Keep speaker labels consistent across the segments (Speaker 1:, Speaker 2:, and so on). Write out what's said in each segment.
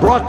Speaker 1: brought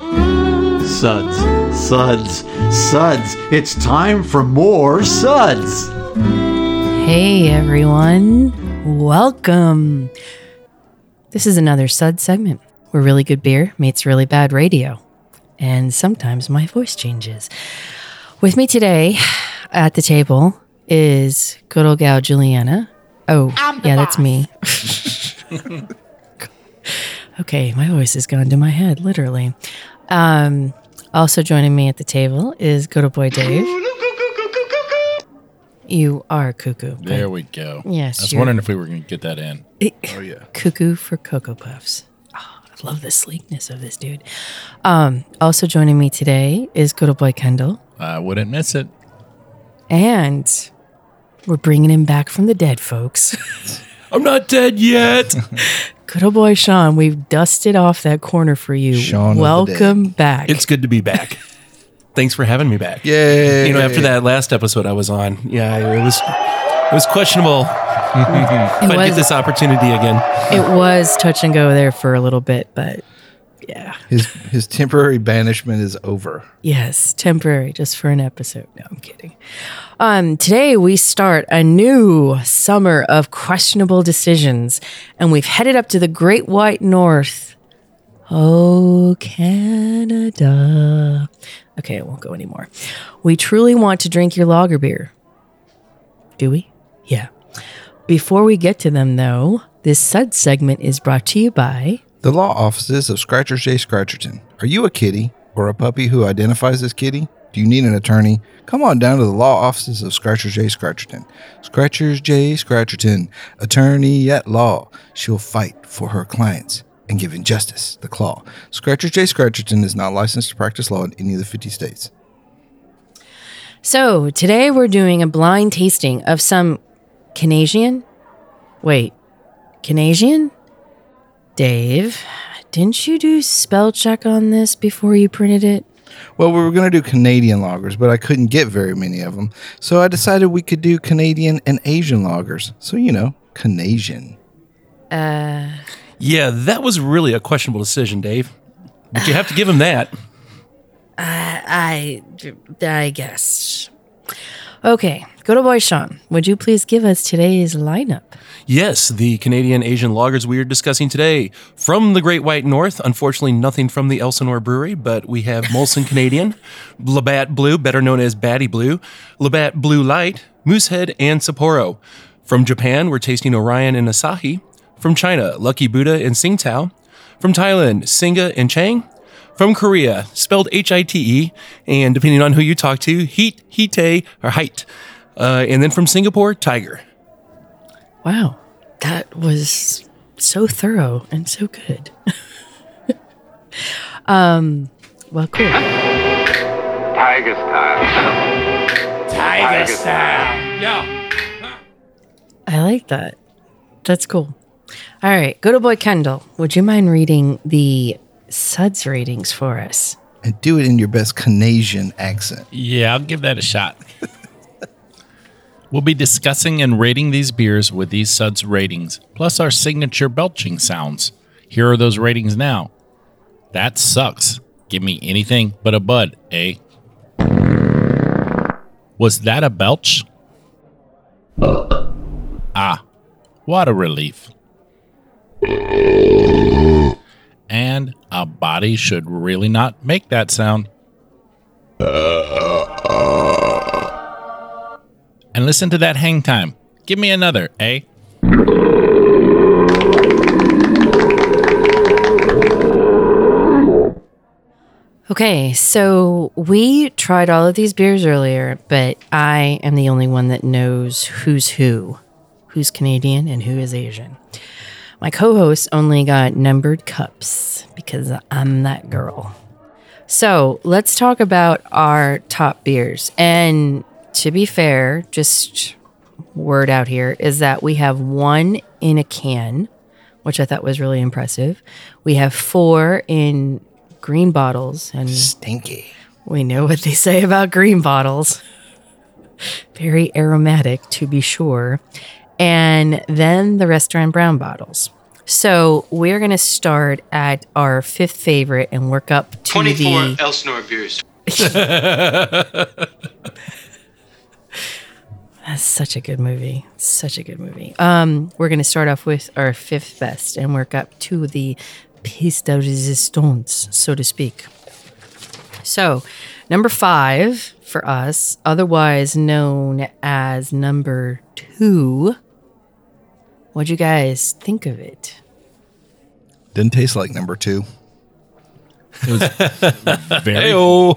Speaker 1: Suds, suds, suds. It's time for more suds.
Speaker 2: Hey everyone, welcome. This is another Sud segment where really good beer meets really bad radio. And sometimes my voice changes. With me today at the table is good old gal Juliana. Oh, yeah, that's me. okay, my voice has gone to my head, literally. Um, also joining me at the table is good old boy Dave. You are cuckoo. but-
Speaker 3: There we go.
Speaker 2: Yes,
Speaker 3: I was
Speaker 2: you're-
Speaker 3: wondering if we were going to get that in.
Speaker 2: Oh yeah. Cuckoo for Cocoa Puffs. Oh, I love the sleekness of this dude. Um, also joining me today is good old boy Kendall,
Speaker 3: I wouldn't miss it.
Speaker 2: and we're bringing him back from the dead, folks.
Speaker 3: I'm not dead yet.
Speaker 2: Good old boy Sean, we've dusted off that corner for you.
Speaker 4: Sean of the
Speaker 2: welcome back.
Speaker 5: It's good to be back. Thanks for having me back.
Speaker 4: Yay.
Speaker 5: You know, after that last episode I was on, yeah, it was it was questionable. if I'd
Speaker 2: was.
Speaker 5: get this opportunity again.
Speaker 2: it was touch and go there for a little bit, but yeah,
Speaker 4: his his temporary banishment is over.
Speaker 2: yes, temporary, just for an episode. No, I'm kidding. Um, today we start a new summer of questionable decisions, and we've headed up to the Great White North. Oh, Canada. Okay, I won't go anymore. We truly want to drink your lager beer. Do we? Yeah. Before we get to them, though, this sud segment is brought to you by
Speaker 4: The law offices of Scratcher J. Scratcherton. Are you a kitty or a puppy who identifies as kitty? Do you need an attorney? Come on down to the law offices of Scratcher J. Scratcherton. Scratchers J. Scratcherton, attorney at law. She'll fight for her clients and giving justice the claw. Scratcher J. Scratcherton is not licensed to practice law in any of the 50 states.
Speaker 2: So today we're doing a blind tasting of some Canadian. Wait, Canadian? Dave, didn't you do spell check on this before you printed it?
Speaker 4: Well, we were going to do Canadian loggers, but I couldn't get very many of them. So I decided we could do Canadian and Asian loggers. So, you know, Canadian.
Speaker 5: Yeah, that was really a questionable decision, Dave. But you have to give him that.
Speaker 2: I, I guess. Okay, good old boy Sean, would you please give us today's lineup?
Speaker 5: Yes, the Canadian Asian lagers we are discussing today from the Great White North. Unfortunately, nothing from the Elsinore Brewery, but we have Molson Canadian, Labatt Blue, better known as Batty Blue, Labatt Blue Light, Moosehead, and Sapporo. From Japan, we're tasting Orion and Asahi. From China, Lucky Buddha and Tsingtao. From Thailand, Singa and Chang. From Korea, spelled H I T E, and depending on who you talk to, Heat, Hite, or Height. Uh, and then from Singapore, Tiger.
Speaker 2: Wow, that was so thorough and so good. um, well, cool.
Speaker 6: Tiger style. Tiger style.
Speaker 2: I like that. That's cool. All right, good old boy Kendall, would you mind reading the suds ratings for us?
Speaker 4: And do it in your best Canadian accent.
Speaker 3: yeah, I'll give that a shot. we'll be discussing and rating these beers with these suds ratings, plus our signature belching sounds. Here are those ratings now. That sucks. Give me anything but a bud, eh? Was that a belch? Ah, what a relief. And a body should really not make that sound. And listen to that hang time. Give me another, eh?
Speaker 2: Okay, so we tried all of these beers earlier, but I am the only one that knows who's who, who's Canadian and who is Asian. My co host only got numbered cups because I'm that girl. So let's talk about our top beers. And to be fair, just word out here is that we have one in a can, which I thought was really impressive. We have four in green bottles, and
Speaker 4: Stinky.
Speaker 2: we know what they say about green bottles. Very aromatic, to be sure. And then the restaurant brown bottles. So we're going to start at our fifth favorite and work up to
Speaker 7: 24
Speaker 2: the.
Speaker 7: Elsinore beers.
Speaker 2: That's such a good movie. Such a good movie. Um, we're going to start off with our fifth best and work up to the piece de resistance, so to speak. So, number five for us, otherwise known as number two. What'd you guys think of it?
Speaker 4: Didn't taste like number two.
Speaker 3: Very,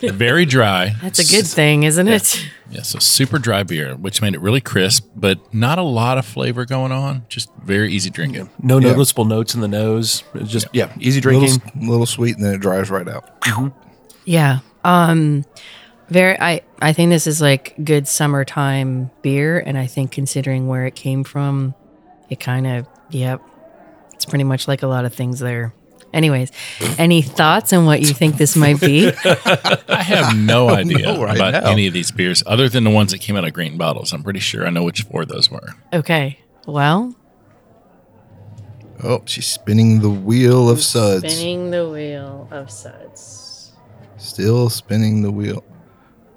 Speaker 3: very dry.
Speaker 2: That's a good thing, isn't it?
Speaker 3: Yeah, so super dry beer, which made it really crisp, but not a lot of flavor going on. Just very easy drinking.
Speaker 5: No noticeable notes in the nose. It's just yeah, easy
Speaker 4: Little,
Speaker 5: drinking.
Speaker 4: little sweet, and then it dries right out.
Speaker 2: Yeah. Um very I I think this is like good summertime beer and I think considering where it came from, it kind of yep. It's pretty much like a lot of things there. Anyways, any thoughts on what you think this might be?
Speaker 3: I have no idea
Speaker 4: know right
Speaker 3: about
Speaker 4: now.
Speaker 3: any of these beers other than the ones that came out of green bottles. I'm pretty sure I know which four those were.
Speaker 2: okay. Well,
Speaker 4: Oh, she's spinning the wheel of suds.
Speaker 2: the wheel of suds.
Speaker 4: Still spinning the wheel.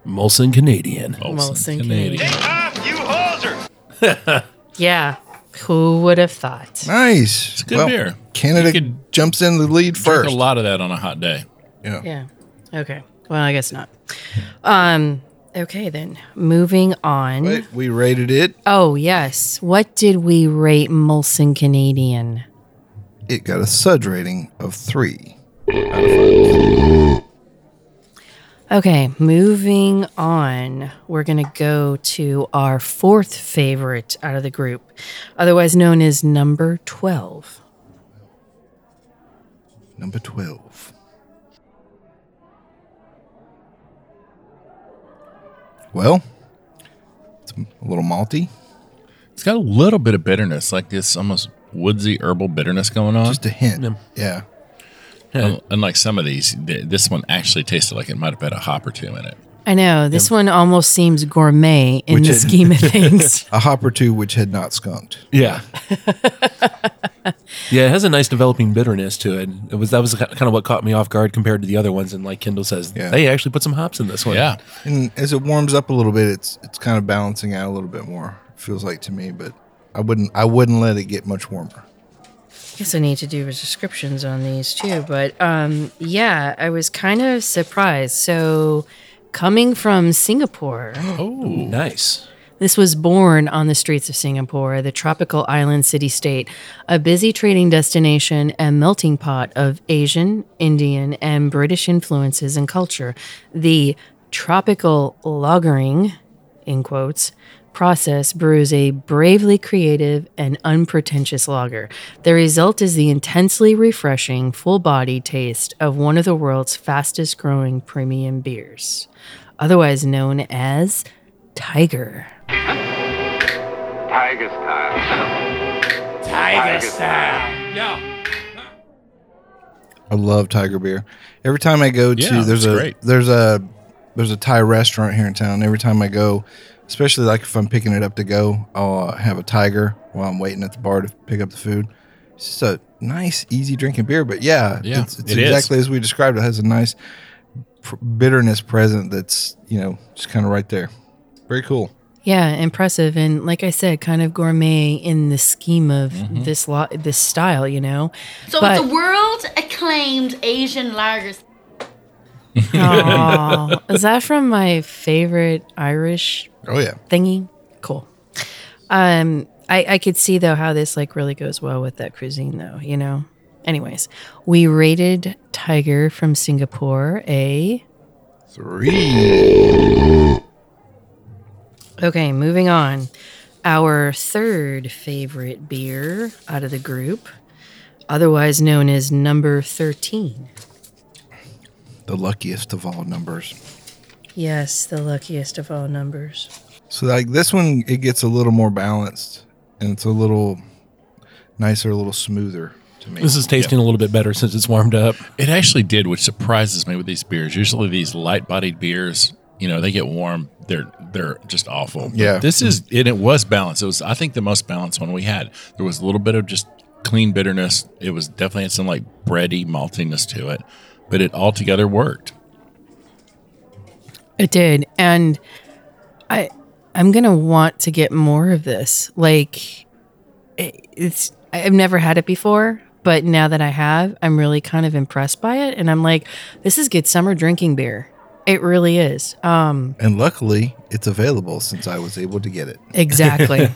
Speaker 5: Molson Canadian.
Speaker 2: Molson
Speaker 6: off, Ah, you hoser!
Speaker 2: Yeah. Who would have thought?
Speaker 4: Nice.
Speaker 3: It's good beer.
Speaker 4: Canada
Speaker 3: You could
Speaker 4: jumps in the lead
Speaker 3: Drink
Speaker 4: first.
Speaker 3: a lot of that on a hot day.
Speaker 2: Yeah. Okay. Well, I guess not. Um okay then. Moving on.
Speaker 4: Wait, we rated it.
Speaker 2: Oh, yes. What did we rate Molson Canadian?
Speaker 4: It got a sud rating of three.
Speaker 2: Okay, moving on. We're going to go to our fourth favorite out of the group, otherwise known as number 12.
Speaker 4: Number 12. Well, it's a little malty.
Speaker 3: It's got a little bit of bitterness, like this almost woodsy herbal bitterness going on.
Speaker 4: Just a hint. Yeah.
Speaker 3: Un- Unlike some of these, th- this one actually tasted like it might have had a hop or two in it.
Speaker 2: I know, this one almost seems gourmet in
Speaker 4: Which
Speaker 2: the
Speaker 4: it-
Speaker 2: scheme of things.
Speaker 4: A hop or two which had not skunked.
Speaker 5: Yeah. yeah, it has a nice developing bitterness to it. It was that was kind of what caught me off guard compared to the other ones. And like Kendall says,
Speaker 4: Yeah.
Speaker 5: they actually put some hops in this one.
Speaker 3: Yeah.
Speaker 4: And as it warms up a little bit, it's it's kind of balancing out a little bit more. Feels like to me, but I wouldn't I wouldn't let it get much warmer.
Speaker 2: guess I need to do descriptions on these too, but um, yeah, I was kind of surprised. So, coming from Singapore,
Speaker 5: nice.
Speaker 2: This was born on the streets of Singapore, the tropical island city state, a busy trading destination and melting pot of Asian, Indian, and British influences and culture. The tropical lagering, in quotes, process brews a bravely creative and unpretentious lager. The result is the intensely refreshing, full bodied taste of one of the world's fastest growing premium beers, otherwise known as Tiger.
Speaker 6: Tiger style. Tiger style.
Speaker 4: I love Tiger beer. Every time I go to
Speaker 3: Yeah,
Speaker 4: there's
Speaker 3: it's
Speaker 4: a
Speaker 3: great.
Speaker 4: there's a there's a Thai restaurant here in town. Every time I go, especially like if I'm picking it up to go, I'll uh, have a Tiger while I'm waiting at the bar to pick up the food. It's just a nice, easy drinking beer. But yeah,
Speaker 3: Yeah,
Speaker 4: it's, it's
Speaker 3: it is.
Speaker 4: exactly as we described. It has a nice pr- bitterness present that's you know just kind of right there. Very cool.
Speaker 2: Yeah, impressive, and like I said, kind of gourmet in the scheme of this lo- this style, you know.
Speaker 8: So
Speaker 2: But-
Speaker 8: it's a world acclaimed Asian lager.
Speaker 2: Aw, is that from my favorite Irish
Speaker 4: Oh yeah,
Speaker 2: thingy? Cool. Um, I I could see though how this like really goes well with that cuisine though, you know. Anyways, we rated Tiger from Singapore a
Speaker 4: three.
Speaker 2: Okay, moving on. Our third favorite beer out of the group, otherwise known as number 13.
Speaker 4: The luckiest of all numbers.
Speaker 2: Yes, the luckiest of all numbers.
Speaker 4: So like this one, it gets a little more balanced, and it's a little nicer, a little smoother to me.
Speaker 5: This is tasting a little bit better since it's warmed up.
Speaker 3: It actually did, which surprises me with these beers. Usually, these light-bodied beers, you know, they get warm. They're they're just awful. But
Speaker 4: Yeah.
Speaker 3: this is and it was balanced. It was I think the most balanced one we had. There was a little bit of just clean bitterness. It was definitely had some like bready maltiness to it, but it altogether worked.
Speaker 2: It did, and I I'm gonna want to get more of this. Like it, it's I've never had it before, but now that I have, I'm really kind of impressed by it, and I'm like, this is good summer drinking beer. It really is. Um,
Speaker 4: and luckily, it's available since I was able to get it.
Speaker 2: exactly.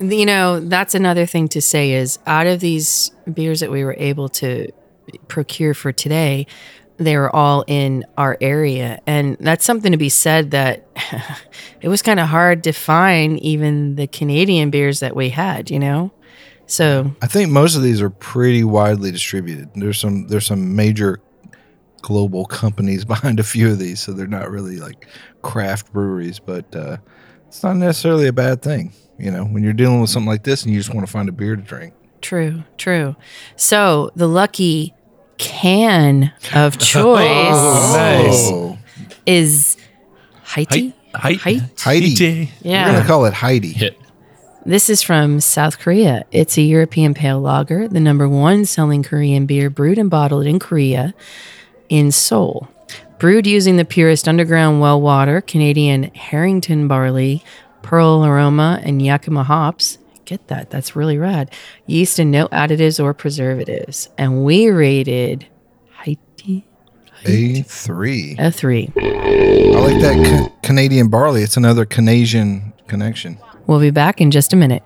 Speaker 2: you know, that's another thing to say is out of these beers that we were able to procure for today, they were all in our area. And that's something to be said that it was kind of hard to find even the Canadian beers that we had, you know? So,
Speaker 4: I think most of these are pretty widely distributed. There's some there's some major global companies behind a few of these, so they're not really like craft breweries, but uh, it's not necessarily a bad thing. You know, when you're dealing with something like this and you just want to find a beer to drink.
Speaker 2: true, true. So, the lucky can of choice
Speaker 4: Oh,
Speaker 2: is Haiti.
Speaker 5: Height.
Speaker 2: Height?
Speaker 4: Heidi.
Speaker 2: Yeah.
Speaker 4: We're gonna call it Heidi.
Speaker 3: Hit
Speaker 2: This is from South Korea. It's a European pale lager, the number one selling Korean beer brewed and bottled in Korea in Seoul. Brewed using the purest underground well water, Canadian Harrington barley, pearl aroma, and Yakima hops. Get that. That's really rad. Yeast and no additives or preservatives. And we rated Haiti
Speaker 4: A three.
Speaker 2: a three.
Speaker 4: I like that ca- Canadian barley. It's another Canadian connection.
Speaker 2: We'll be back in just a minute.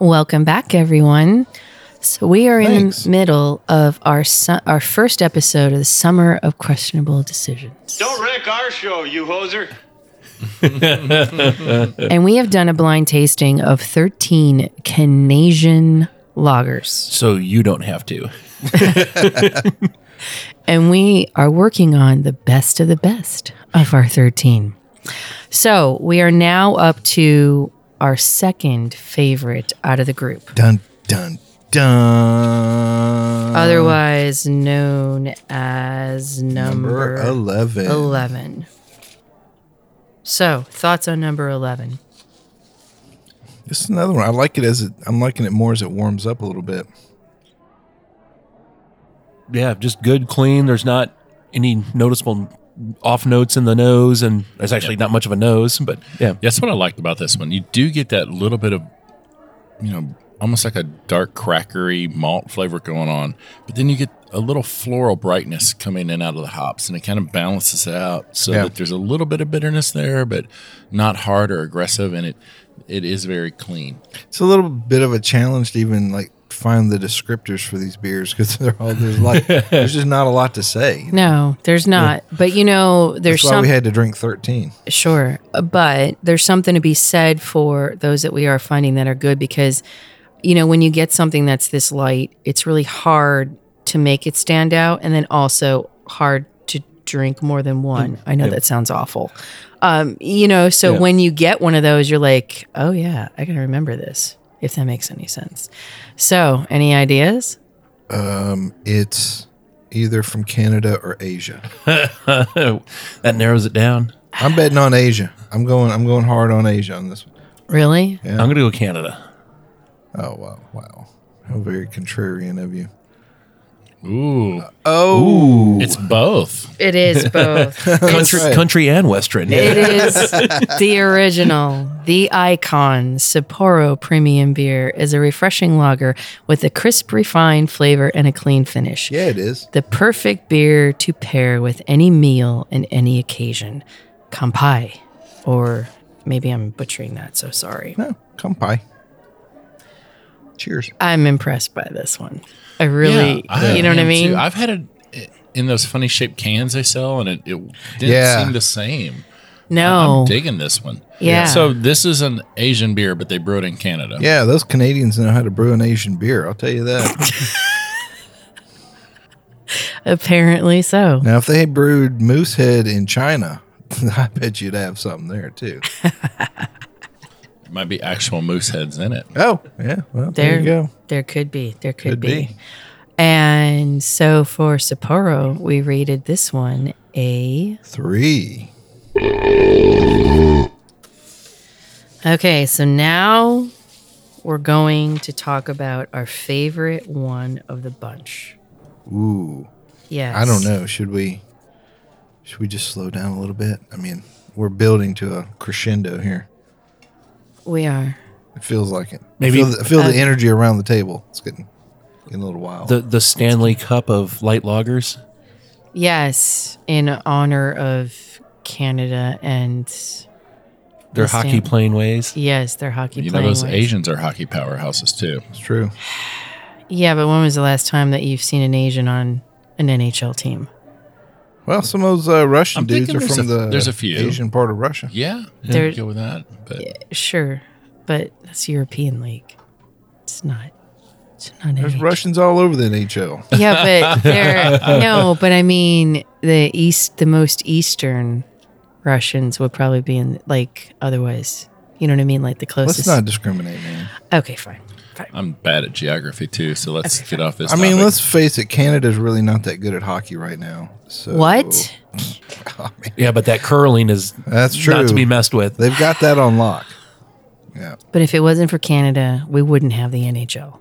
Speaker 2: Welcome back, everyone. So we are
Speaker 4: Thanks.
Speaker 2: in the middle of our su- our first episode of the Summer of Questionable Decisions,
Speaker 6: Don't wreck our show, you hoser.
Speaker 2: and we have done a blind tasting of thirteen Canadian lagers,
Speaker 5: So you don't have to.
Speaker 2: and we are working on the best of the best of our thirteen. So we are now up to our second favorite out of the group,
Speaker 4: Dun dun dun.
Speaker 2: Uh, otherwise known as number,
Speaker 4: number eleven.
Speaker 2: 11. So, thoughts on number 11?
Speaker 4: This is another one. I like it as it. I'm liking it more as it warms up a little bit.
Speaker 5: Yeah, just good, clean. There's not any noticeable off notes in the nose, and there's actually not much of a nose, but yeah.
Speaker 3: That's what I liked about this one. You do get that little bit of, you know, almost like a dark crackery malt flavor going on, but then you get a little floral brightness coming in out of the hops, and it kind of balances it out so
Speaker 4: Yeah.
Speaker 3: that there's a little bit of bitterness there, but not hard or aggressive, and it it is very clean.
Speaker 4: It's a little bit of a challenge to even like find the descriptors for these beers because they're all there's like there's just not a lot to say.
Speaker 2: No, there's not. But you know, there's
Speaker 4: That's why
Speaker 2: some
Speaker 4: we had to drink thirteen.
Speaker 2: sure, but there's something to be said for those that we are finding that are good because you know, when you get something that's this light, it's really hard to make it stand out and then also hard to drink more than one. I know that sounds awful. Um, you know, so when you get one of those, you're like, "Oh yeah, I can remember this." If that makes any sense. So, any ideas?
Speaker 4: It's either from Canada or Asia.
Speaker 5: that narrows it down.
Speaker 4: I'm betting on Asia. I'm going. I'm going hard on Asia on this one.
Speaker 2: Really?
Speaker 5: I'm going to go Canada.
Speaker 4: Oh wow, wow, how very contrarian of you.
Speaker 3: Ooh,
Speaker 4: Oh,
Speaker 3: it's both.
Speaker 2: It is both. it
Speaker 5: Country,
Speaker 4: right.
Speaker 5: country and Western. Yeah.
Speaker 2: is the original, the icon Sapporo Premium Beer is a refreshing lager with a crisp, refined flavor and a clean finish.
Speaker 4: yeah, it is.
Speaker 2: The perfect beer to pair with any meal and any occasion. Kampai. Or maybe I'm butchering that, so sorry.
Speaker 4: No, come pie. Cheers.
Speaker 2: I'm impressed by this one. I really,
Speaker 3: I
Speaker 2: you know what I
Speaker 3: am
Speaker 2: mean?
Speaker 3: too. I've had it in those funny shaped cans they sell, and it, it didn't
Speaker 4: Yeah.
Speaker 3: seem the same.
Speaker 2: No.
Speaker 3: I'm digging this one.
Speaker 2: Yeah.
Speaker 3: So this is an Asian beer, but they brew it in Canada.
Speaker 4: Yeah, those Canadians know how to brew an Asian beer. I'll tell you that.
Speaker 2: Apparently so.
Speaker 4: now, if they brewed Moosehead in China, I bet you'd have something there too.
Speaker 3: It might be actual moose heads in it.
Speaker 4: Oh, yeah. Well, there,
Speaker 2: There,
Speaker 4: you go.
Speaker 2: there could be. There could,
Speaker 4: Could
Speaker 2: be.
Speaker 4: be.
Speaker 2: And so for Sapporo, we rated this one a.
Speaker 4: Three.
Speaker 2: Okay, so now we're going to talk about our favorite one of the bunch.
Speaker 4: Ooh.
Speaker 2: Yes.
Speaker 4: I don't know. Should we? Should we just slow down a little bit? I mean, we're building to a crescendo here.
Speaker 2: We are.
Speaker 4: It feels like it.
Speaker 5: Maybe-
Speaker 4: feel, the, feel the energy around the table. It's getting getting a little wild.
Speaker 5: The the Stanley Cup of light loggers.
Speaker 2: Yes, in honor of Canada and
Speaker 5: Their
Speaker 2: The
Speaker 5: hockey
Speaker 2: Stan-
Speaker 5: playing ways.
Speaker 2: yes, their hockey
Speaker 3: You know,
Speaker 2: playing.
Speaker 3: those
Speaker 2: ways.
Speaker 3: Asians are hockey powerhouses too.
Speaker 4: it's true.
Speaker 2: Yeah, but when was the last time that you've seen an Asian on an NHL team?
Speaker 4: Well, some of those uh, Russian
Speaker 3: I'm
Speaker 4: dudes
Speaker 3: thinking
Speaker 4: are
Speaker 3: there's
Speaker 4: from
Speaker 3: a-
Speaker 4: the
Speaker 3: there's a few.
Speaker 4: Asian part of Russia.
Speaker 3: Yeah,
Speaker 2: There-
Speaker 3: yeah go with that. But
Speaker 2: Sure, but that's European league. It's not. It's not.
Speaker 4: There's
Speaker 2: NHL.
Speaker 4: Russians all over the NHL.
Speaker 2: Yeah, but they're no. But I mean, the east, the most eastern Russians would probably be in like otherwise. You know what I mean? Like the
Speaker 4: Let's
Speaker 2: closest.
Speaker 4: not discriminate, man.
Speaker 2: Okay, fine.
Speaker 3: I'm bad at geography too, so let's get off this.
Speaker 4: I mean,
Speaker 3: topic.
Speaker 4: let's face it. Canada's really not that good at hockey right now. So
Speaker 2: What?
Speaker 4: Oh.
Speaker 5: Yeah, but that curling is
Speaker 4: That's true.
Speaker 5: not to be messed with.
Speaker 4: They've got that on lock.
Speaker 2: But if it wasn't for Canada, we wouldn't have the NHL.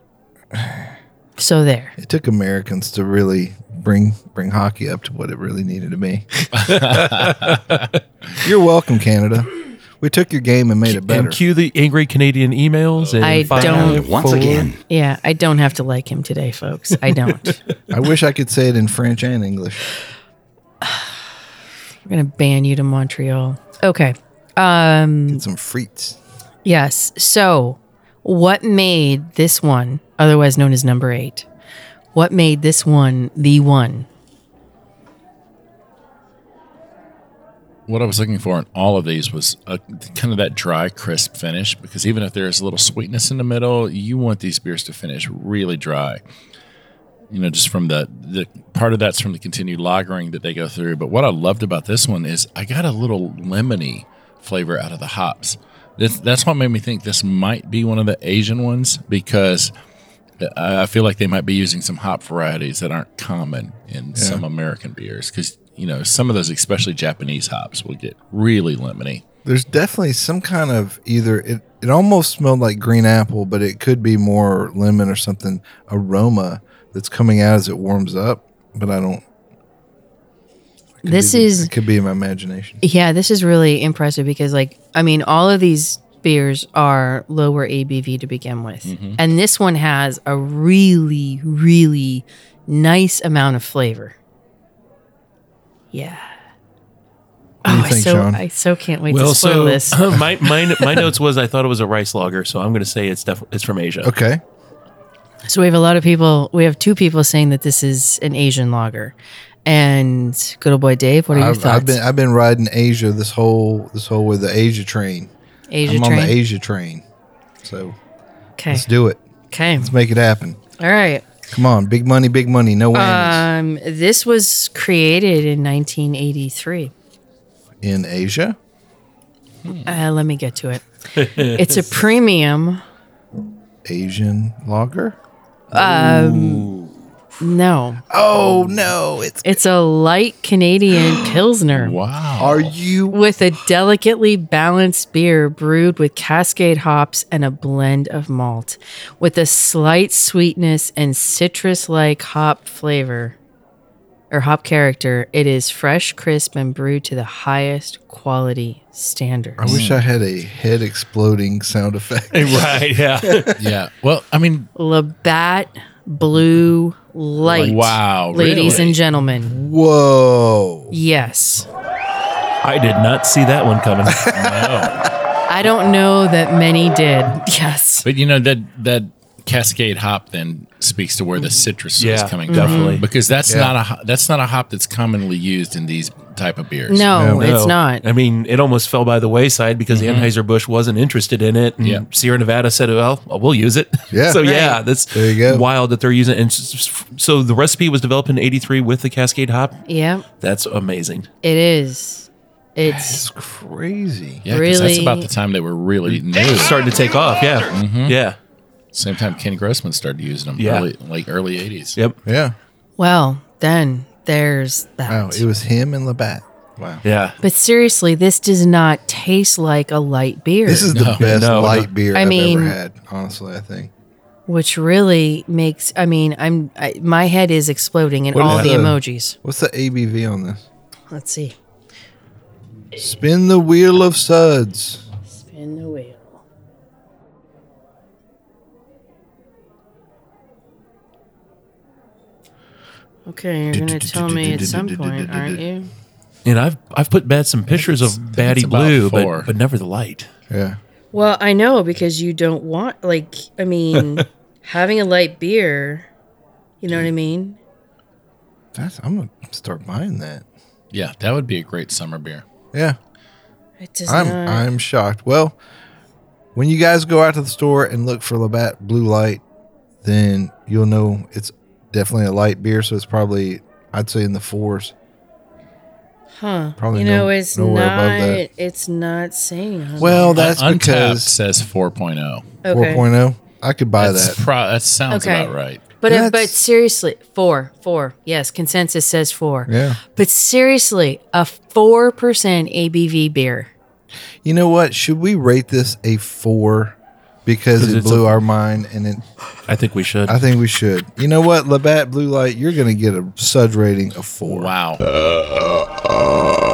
Speaker 2: So there.
Speaker 4: It took Americans to really bring bring hockey up to what it really needed to be. You're welcome, Canada. We took your game and made it better.
Speaker 5: And cue the angry Canadian emails. And
Speaker 2: I
Speaker 5: five,
Speaker 2: don't-
Speaker 7: Once
Speaker 5: four-
Speaker 7: again,
Speaker 2: Yeah, I don't have to like him today, folks. I don't.
Speaker 4: I wish I could say it in French and English.
Speaker 2: We're gonna ban you to Montreal. Okay.
Speaker 4: Get some frites.
Speaker 2: Yes. So, what made this one, otherwise known as number eight, what made this one the one?
Speaker 3: what I was looking for in all of these was a, kind of that dry, crisp finish because even if there's a little sweetness in the middle, you want these beers to finish really dry. You know, just from the, the part of that's from the continued lagering that they go through. But what I loved about this one is I got a little lemony flavor out of the hops. That's, that's what made me think this might be one of the Asian ones because I I feel like they might be using some hop varieties that aren't common in some American beers because you know some of those, especially Japanese hops, will get really lemony.
Speaker 4: There's definitely some kind of either it, it almost smelled like green apple, but it could be more lemon or something aroma that's coming out as it warms up. But I don't. it could
Speaker 2: This
Speaker 4: be-
Speaker 2: is- Oh,
Speaker 4: it could be in my imagination.
Speaker 2: Yeah, this is really impressive because, like, I mean, all of these beers are lower ABV to begin with.
Speaker 4: Mm-hmm.
Speaker 2: And this one has a really, really nice amount of flavor. Yeah.
Speaker 4: What do you
Speaker 2: I
Speaker 4: think,
Speaker 2: so
Speaker 4: Sean?
Speaker 2: I so can't wait
Speaker 5: Well,
Speaker 2: to spoil
Speaker 5: so
Speaker 2: this.
Speaker 5: my, my my notes was I thought it was a rice lager, so I'm going to say it's def- it's from Asia.
Speaker 4: okay.
Speaker 2: So we have a lot of people. We have two people saying that this is an Asian lager, and good old boy Dave. What are your
Speaker 4: I've,
Speaker 2: thoughts?
Speaker 4: I've been I've been riding Asia this whole this whole with the Asia train.
Speaker 2: Asia
Speaker 4: I'm
Speaker 2: train.
Speaker 4: on the Asia train. So
Speaker 2: okay.
Speaker 4: let's do it.
Speaker 2: Okay.
Speaker 4: Let's make it happen.
Speaker 2: All right.
Speaker 4: Come on, big money, big money, no whammies.
Speaker 2: Um, this was created in 1983.
Speaker 4: in Asia.
Speaker 2: Uh, let me get to it. it's a premium.
Speaker 4: Asian lager.
Speaker 2: No,
Speaker 4: Oh no, it's
Speaker 2: it's a light Canadian pilsner.
Speaker 3: Wow!
Speaker 4: are you
Speaker 2: With a delicately balanced beer brewed with cascade hops and a blend of malt, with a slight sweetness and citrus like hop flavor or hop character, it is fresh, crisp, and brewed to the highest quality standards.
Speaker 4: I
Speaker 5: Mm.
Speaker 4: wish I had a head exploding sound effect.
Speaker 5: Right? Yeah.
Speaker 3: Yeah. Well, I mean,
Speaker 2: Labatt Blue Light.
Speaker 3: Wow,
Speaker 2: Ladies
Speaker 3: really?
Speaker 2: and gentlemen.
Speaker 4: Whoa.
Speaker 2: Yes.
Speaker 5: I did not see that one coming.
Speaker 2: I don't know that many did. Yes.
Speaker 3: but you know that that Cascade hop then speaks to where the citrus is
Speaker 5: Yeah,
Speaker 3: coming
Speaker 5: definitely.
Speaker 3: from because that's
Speaker 4: Yeah.
Speaker 3: not a ho- that's not a hop that's commonly used in these type of beers.
Speaker 2: No,
Speaker 5: No.
Speaker 2: it's not. Mm-hmm.
Speaker 5: I mean, it almost fell by the wayside because Anheuser-Busch wasn't interested in it. And
Speaker 3: Yeah.
Speaker 5: Sierra Nevada said, well, we'll use it.
Speaker 4: Yeah.
Speaker 5: so,
Speaker 4: Right.
Speaker 5: yeah, that's
Speaker 4: There you go.
Speaker 5: wild that they're using it. And s- s- so the recipe was developed in 83 with the Cascade hop.
Speaker 2: Yeah,
Speaker 5: That's amazing.
Speaker 2: it is. It's
Speaker 4: Crazy.
Speaker 3: Yeah, 'cause that's
Speaker 2: Really?
Speaker 3: about the time they were really new.
Speaker 5: Starting to take off. Yeah.
Speaker 2: Mm-hmm.
Speaker 5: Yeah.
Speaker 3: Same time Ken Grossman started using them,
Speaker 5: Yeah.
Speaker 3: early, like early '80s.
Speaker 5: Yep.
Speaker 4: Yeah.
Speaker 2: well, then there's that.
Speaker 4: Wow. It was him and Labatt. Wow.
Speaker 5: Yeah.
Speaker 2: But seriously, this does not taste like a light beer,
Speaker 4: This is the best
Speaker 5: No, no.
Speaker 4: light beer
Speaker 2: I
Speaker 4: I have
Speaker 2: mean-
Speaker 4: ever had, honestly, I think.
Speaker 2: which really makes. I mean, I'm I, my head is exploding in
Speaker 4: What
Speaker 2: all
Speaker 4: is
Speaker 2: the
Speaker 4: the-
Speaker 2: emojis.
Speaker 4: What's the ABV on this?
Speaker 2: Let's see.
Speaker 4: Spin the wheel of suds.
Speaker 2: Spin the wheel. Okay, you're gonna tell me at some point, aren't you?
Speaker 5: And I've I've put bad some pictures of
Speaker 3: it's
Speaker 5: Batty
Speaker 3: about
Speaker 5: Blue,
Speaker 3: four.
Speaker 5: but, but never the light.
Speaker 4: Yeah.
Speaker 2: Well, I know because you don't want like I mean, having a light beer, you know what I mean?
Speaker 4: That's I'm gonna start buying that.
Speaker 3: Yeah, that would be a great summer beer.
Speaker 4: Yeah.
Speaker 2: It does
Speaker 4: I'm
Speaker 2: not.
Speaker 4: I'm shocked. Well, when you guys go out to the store and look for Labatt Blue Light, then you'll know it's definitely a light beer. So it's probably I'd say in the fours.
Speaker 2: huh?
Speaker 4: probably
Speaker 2: you know,
Speaker 4: no-
Speaker 2: it's
Speaker 4: nowhere above that.
Speaker 2: not. It's not saying. on
Speaker 4: Well, that's
Speaker 3: Un- Untapped
Speaker 4: because
Speaker 3: says 4.0.
Speaker 2: there. okay.
Speaker 4: 4.0. I could buy
Speaker 3: That's
Speaker 4: that.
Speaker 3: pro- that sounds
Speaker 2: Okay.
Speaker 3: about right.
Speaker 2: But
Speaker 4: That's-
Speaker 2: but seriously, four, four. Yes, consensus says four.
Speaker 4: Yeah.
Speaker 2: But seriously, a four percent ABV beer.
Speaker 4: You know what? Should we rate this a four? Because
Speaker 5: 'Cause
Speaker 4: it
Speaker 5: it's
Speaker 4: blew
Speaker 5: a-
Speaker 4: our mind, and it,
Speaker 5: I think we should.
Speaker 4: I think we should. You know what, Labatt Blue Light, you're going to get a sud rating of four.
Speaker 3: Wow.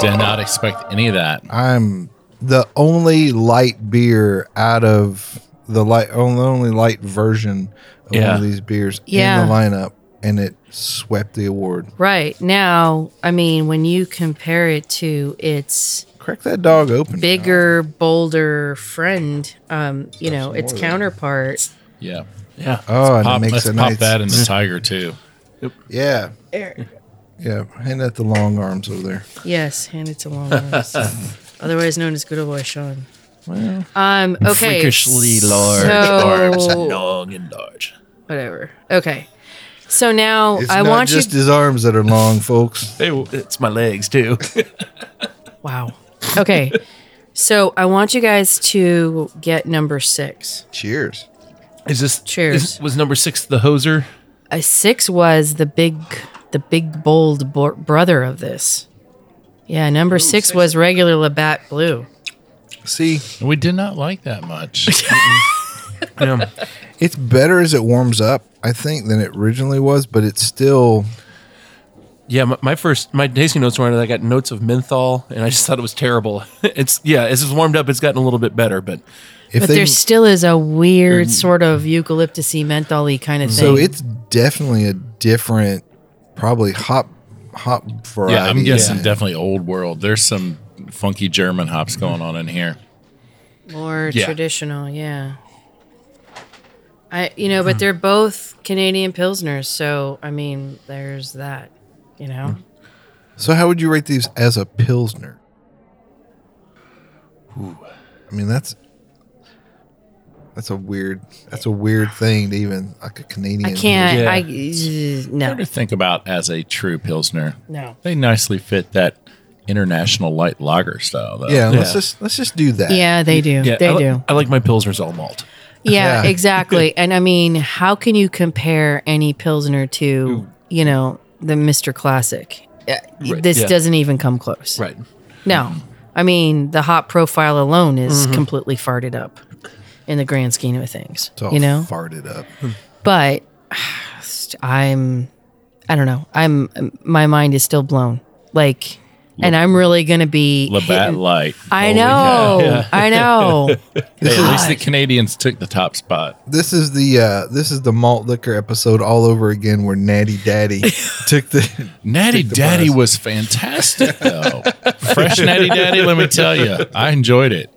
Speaker 3: Did not expect any of that.
Speaker 4: I'm the only light beer out of the light, on the only light version of one
Speaker 5: Yeah.
Speaker 4: of these beers
Speaker 2: Yeah.
Speaker 4: in the lineup, and it swept the award.
Speaker 2: Right now, I mean, when you compare it to its
Speaker 4: Crack that dog open.
Speaker 2: bigger, bolder friend, um, you know, its counterpart.
Speaker 3: Yeah.
Speaker 5: yeah.
Speaker 4: Oh, and
Speaker 3: Pop,
Speaker 4: it makes
Speaker 3: let's
Speaker 4: a
Speaker 3: pop
Speaker 4: nice.
Speaker 3: that in the tiger too.
Speaker 4: yeah. Yeah. Hand out the long arms over there.
Speaker 2: Yes, hand it to Long Arms. otherwise known as Good Old Boy Sean. um, okay,
Speaker 5: Freakishly large arms
Speaker 2: so-
Speaker 5: and long and large.
Speaker 2: whatever. Okay, so now
Speaker 4: It's
Speaker 2: I
Speaker 4: not
Speaker 2: want you.
Speaker 4: just his arms that are long, folks.
Speaker 5: Hey, it's my legs too.
Speaker 2: Wow. Okay. so I want you guys to get number six.
Speaker 4: Cheers.
Speaker 5: Is this
Speaker 2: Cheers.
Speaker 5: is- was number six the hoser?
Speaker 2: A six was the big, the big bold bo- brother of this. Yeah, number six, was regular Labatt Blue.
Speaker 4: See,
Speaker 3: We did not like that much.
Speaker 5: Yeah.
Speaker 4: it's better as it warms up, I think, than it originally was, but it's still
Speaker 5: Yeah, my, my first my tasting notes were on it. I got notes of menthol, and I just thought it was terrible. It's yeah, as it's warmed up, it's gotten a little bit better, but
Speaker 4: if
Speaker 2: But
Speaker 4: they
Speaker 2: there still is a weird sort of eucalyptusy, mentholy kind of thing.
Speaker 4: so it's definitely a different probably hop hop variety.
Speaker 3: yeah, I'm guessing
Speaker 4: Yeah.
Speaker 3: definitely old world. There's some funky German hops going on in here.
Speaker 2: more
Speaker 3: Yeah.
Speaker 2: traditional. Yeah. I you know, but they're both Canadian pilsners, so I mean, there's that. You know,
Speaker 4: So how would you rate these as a pilsner? I mean that's that's a weird that's a weird thing to even like a Canadian.
Speaker 2: I can't.
Speaker 5: Yeah.
Speaker 2: I
Speaker 3: Hard to
Speaker 2: no
Speaker 3: think about as a true pilsner.
Speaker 2: no.
Speaker 3: They nicely fit that international light lager style though.
Speaker 4: Yeah, let's
Speaker 5: Yeah.
Speaker 4: just let's just do that.
Speaker 2: Yeah, they do.
Speaker 5: yeah,
Speaker 2: they
Speaker 3: Oh.
Speaker 5: I, li-
Speaker 2: do.
Speaker 5: I like my pilsners all malt.
Speaker 2: Yeah,
Speaker 4: Yeah.
Speaker 2: exactly. and I mean, how can you compare any pilsner to you know the Mister Classic? Uh, this
Speaker 5: yeah.
Speaker 2: doesn't even come close.
Speaker 5: Right.
Speaker 2: No, I mean the hot profile alone is completely farted up in the grand scheme of things.
Speaker 4: It's all
Speaker 2: you know,
Speaker 4: farted up.
Speaker 2: but I'm I don't know. I'm my mind is still blown. Like and I'm really going to be
Speaker 3: Labatt
Speaker 2: hitting-
Speaker 3: Light.
Speaker 2: I
Speaker 3: Holy
Speaker 2: know.
Speaker 3: cow.
Speaker 2: I know.
Speaker 3: Hey, at least the Canadians took the top spot.
Speaker 4: This is the uh, this is the malt liquor episode all over again where Natty Daddy took the
Speaker 3: Natty Daddy was fantastic, though. Fresh Natty Daddy, let me tell you, I enjoyed it.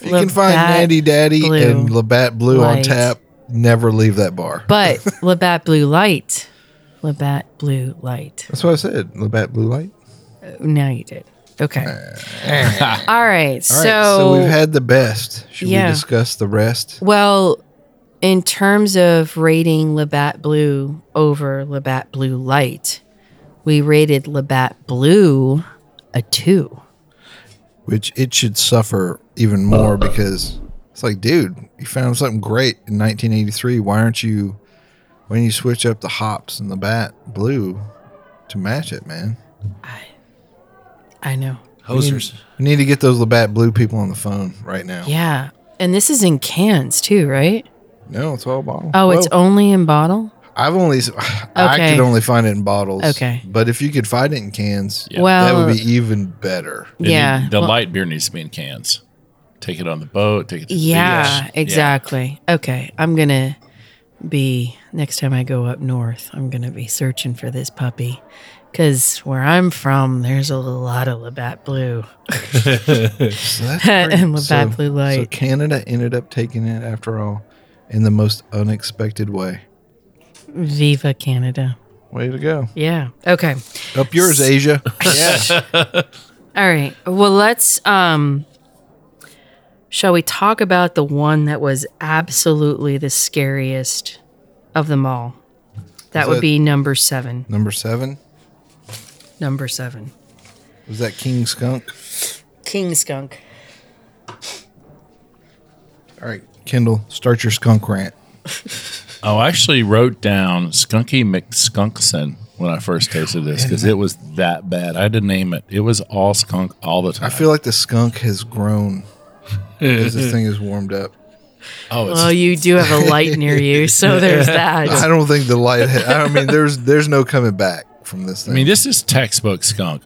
Speaker 4: You can find
Speaker 2: Labatt
Speaker 4: Natty Daddy
Speaker 2: Blue
Speaker 4: and Labatt Blue on
Speaker 2: Light.
Speaker 4: tap. Never leave that bar.
Speaker 2: But Labatt Blue Light, Labatt Blue Light.
Speaker 4: That's what I said. Labatt Blue Light.
Speaker 2: Now you did. Okay. All right. So,
Speaker 4: All right, so we've had the best. Should
Speaker 2: Yeah.
Speaker 4: we discuss the rest?
Speaker 2: well, in terms of rating Labatt Blue over Labatt Blue Light, we rated Labatt Blue a two.
Speaker 4: Which it should suffer even more because it's like, dude, you found something great in 1983. Why aren't you? When you switch up the hops and the bat blue to match it, man.
Speaker 2: I know.
Speaker 5: Hosers.
Speaker 4: We need to get those Labatt Blue people on the phone right now.
Speaker 2: Yeah. And this is in cans too, right?
Speaker 4: No, it's all bottle.
Speaker 2: Oh, it's
Speaker 4: Well,
Speaker 2: only in bottle?
Speaker 4: I've only. I
Speaker 2: Okay.
Speaker 4: could only find it in bottles.
Speaker 2: Okay.
Speaker 4: But if you could find it in cans,
Speaker 2: Well,
Speaker 4: that would be even better.
Speaker 3: They need-
Speaker 2: yeah.
Speaker 3: the
Speaker 2: Well,
Speaker 3: light beer needs to be in cans. Take it on the boat. Take it. To the
Speaker 2: Yeah,
Speaker 3: beach.
Speaker 2: exactly. Okay, I'm gonna be next time I go up north. I'm gonna be searching for this puppy because where I'm from, there's a lot of Labatt Blue.
Speaker 4: So that's great.
Speaker 2: And Labatt Blue
Speaker 4: So
Speaker 2: Light.
Speaker 4: Canada ended up taking it after all, in the most unexpected way.
Speaker 2: Viva Canada!
Speaker 4: Way to go!
Speaker 2: Yeah. Okay.
Speaker 4: Up yours, Asia. yes.
Speaker 2: All right. Well, let's um shall we talk about the one that was absolutely the scariest of them all? That would
Speaker 4: Was that-
Speaker 2: be number 7.
Speaker 4: Number seven
Speaker 2: Number 7.
Speaker 4: was that King Skunk.
Speaker 2: King skunk.
Speaker 4: All right, Kendall, start your skunk rant.
Speaker 3: Oh, I actually wrote down Skunky McSkunkson when I first tasted this because it was that bad. I had to name it. It was all skunk all the time.
Speaker 4: I feel like the skunk has grown as this thing has warmed up.
Speaker 3: oh, it's
Speaker 2: Well, you do have a light near you, so there's
Speaker 4: I
Speaker 2: that.
Speaker 4: don't think the light. I mean, there's there's no coming back from this thing.
Speaker 3: I mean, this is textbook skunk.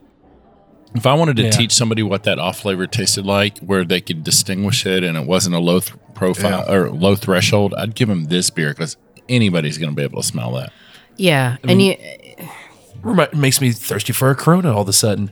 Speaker 3: If I wanted to
Speaker 5: Yeah.
Speaker 3: teach somebody what that off flavor tasted like, where they could distinguish it and it wasn't a low th- profile or low threshold, I'd give them this beer because anybody's going to be able to smell that.
Speaker 2: Yeah, and you,
Speaker 5: Remi- makes me thirsty for a Corona all of a sudden.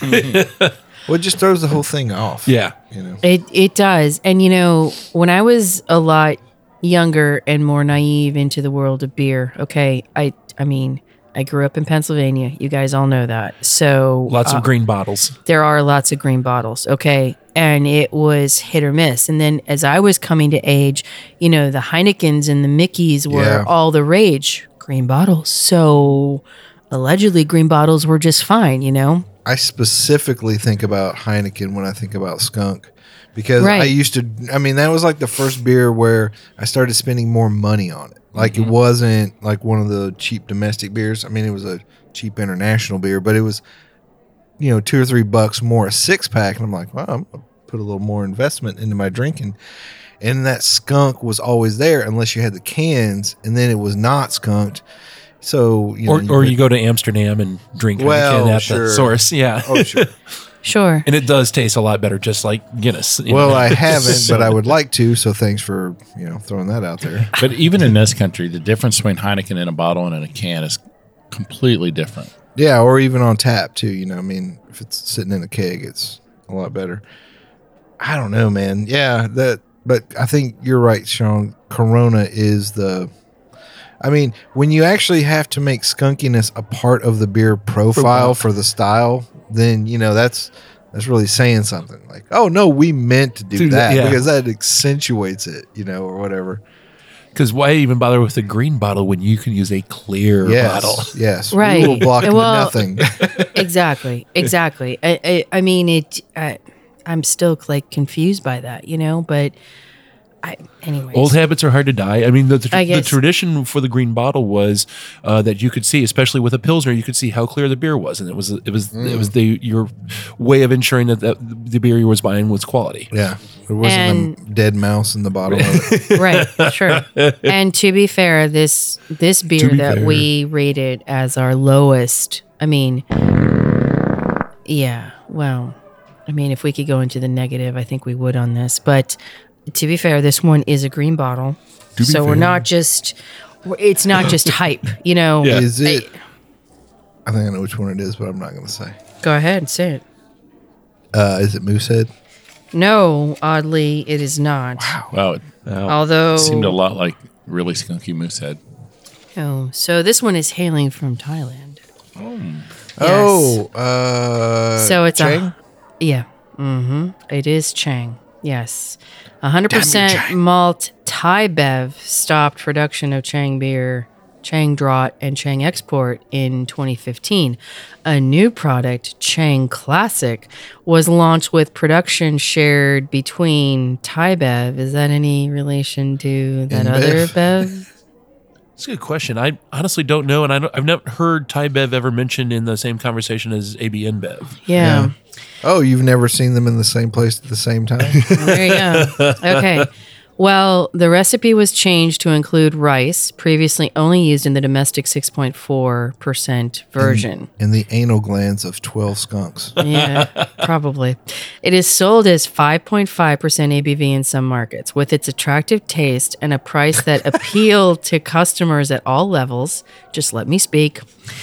Speaker 4: well, it just throws the whole thing off.
Speaker 5: Yeah.
Speaker 4: you know.
Speaker 2: it it does. And you know, when I was a lot younger and more naive into the world of beer, okay, I I mean, I grew up in Pennsylvania. You guys all know that. So
Speaker 5: Lots
Speaker 2: uh,
Speaker 5: of green bottles.
Speaker 2: there are lots of green bottles. Okay. And it was hit or miss. And then as I was coming to age, you know, the Heinekens and the Mickeys were
Speaker 4: Yeah.
Speaker 2: all the rage, green bottles. So allegedly, green bottles were just fine, you know?
Speaker 4: I specifically think about Heineken when I think about skunk because I
Speaker 2: Right.
Speaker 4: used to I mean that was like the first beer where I started spending more money on it. Like it wasn't like one of the cheap domestic beers. I mean it was a cheap international beer, but it was you know 2 or 3 bucks more a six pack and I'm like, "Wow, I'm gonna put a little more investment into my drinking." And that skunk was always there unless you had the cans and then it was not skunked. So, you
Speaker 5: Or,
Speaker 4: know,
Speaker 5: or
Speaker 4: could-
Speaker 5: you go to Amsterdam and drink
Speaker 4: Well,
Speaker 5: Heineken at
Speaker 4: sure.
Speaker 5: the source. Yeah.
Speaker 4: Oh, sure.
Speaker 2: Sure.
Speaker 5: and it does taste a lot better, just like Guinness. you
Speaker 4: Well,
Speaker 5: know.
Speaker 4: I haven't, but I would like to. So thanks for you know throwing that out there.
Speaker 3: But even in this country, the difference between Heineken in a bottle and in a can is completely different.
Speaker 4: Yeah, or even on tap too. You know, I mean, if it's sitting in a keg, it's a lot better. I don't know, man. Yeah, that. But I think you're right, Sean. Corona is the. I mean, when you actually have to make skunkiness a part of the beer profile for the style, then you know that's that's really saying something. Like, oh no, we meant to do,
Speaker 5: Do
Speaker 4: that
Speaker 5: that, yeah.
Speaker 4: because that accentuates it, you know, or whatever.
Speaker 5: Because why even bother with a green bottle when you can use a clear
Speaker 4: Yes,
Speaker 5: bottle?
Speaker 4: yes, We
Speaker 2: Right.
Speaker 4: will block
Speaker 2: Well,
Speaker 4: nothing.
Speaker 2: exactly. Exactly. I, I, I mean, it, I, I'm still like confused by that, you know? But I, anyways.
Speaker 5: Old habits are hard to die. I mean, the,
Speaker 2: I
Speaker 5: the
Speaker 2: guess-
Speaker 5: tradition for the green bottle was uh, that you could see, especially with a pilsner, you could see how clear the beer was, and it was it was it
Speaker 2: Mm.
Speaker 5: was the your way of ensuring that the, the beer you was buying was quality.
Speaker 4: Yeah, there wasn't a
Speaker 2: And-
Speaker 4: dead mouse in the bottom of it.
Speaker 2: right sure and to be fair this this beer
Speaker 5: be
Speaker 2: that
Speaker 5: fair.
Speaker 2: we rated as our lowest i mean yeah well i mean if we could go into the negative i think we would on this but to be fair this one is a green bottle so we're not just we're- it's not just hype you know
Speaker 5: Yeah.
Speaker 4: Is it? I think I know which one it is, but I'm not going to say.
Speaker 2: go ahead and say it
Speaker 4: Uh, is it Moosehead?
Speaker 2: no oddly it is not
Speaker 3: Wow, it
Speaker 2: although
Speaker 3: seemed a lot like Really skunky moose head.
Speaker 2: Oh, so this one is hailing from Thailand.
Speaker 4: Oh, uh,
Speaker 2: so it's
Speaker 4: Chang?
Speaker 2: a yeah. Mm-hmm. It is Chang. Yes, hundred percent malt Thai Bev stopped production of Chang beer, Chang draught, and Chang export in 2015. A new product, Chang Classic, was launched with production shared between Thai Bev. Is that any relation to that
Speaker 4: And
Speaker 2: other
Speaker 4: Bev.
Speaker 2: Bev?
Speaker 5: It's a good question. I honestly don't know, and I don't, I've never heard Thai Bev ever mentioned in the same conversation as ABN Bev.
Speaker 2: yeah.
Speaker 4: oh, you've never seen them in the same place at the same time.
Speaker 2: There you go. Okay. Well, the recipe was changed to include rice, previously only used in the domestic 6.4% version.
Speaker 4: in the anal glands of twelve skunks.
Speaker 2: yeah, probably. It is sold as 5.5% ABV in some markets, with its attractive taste and a price that appealed to customers at all levels. Just let me speak.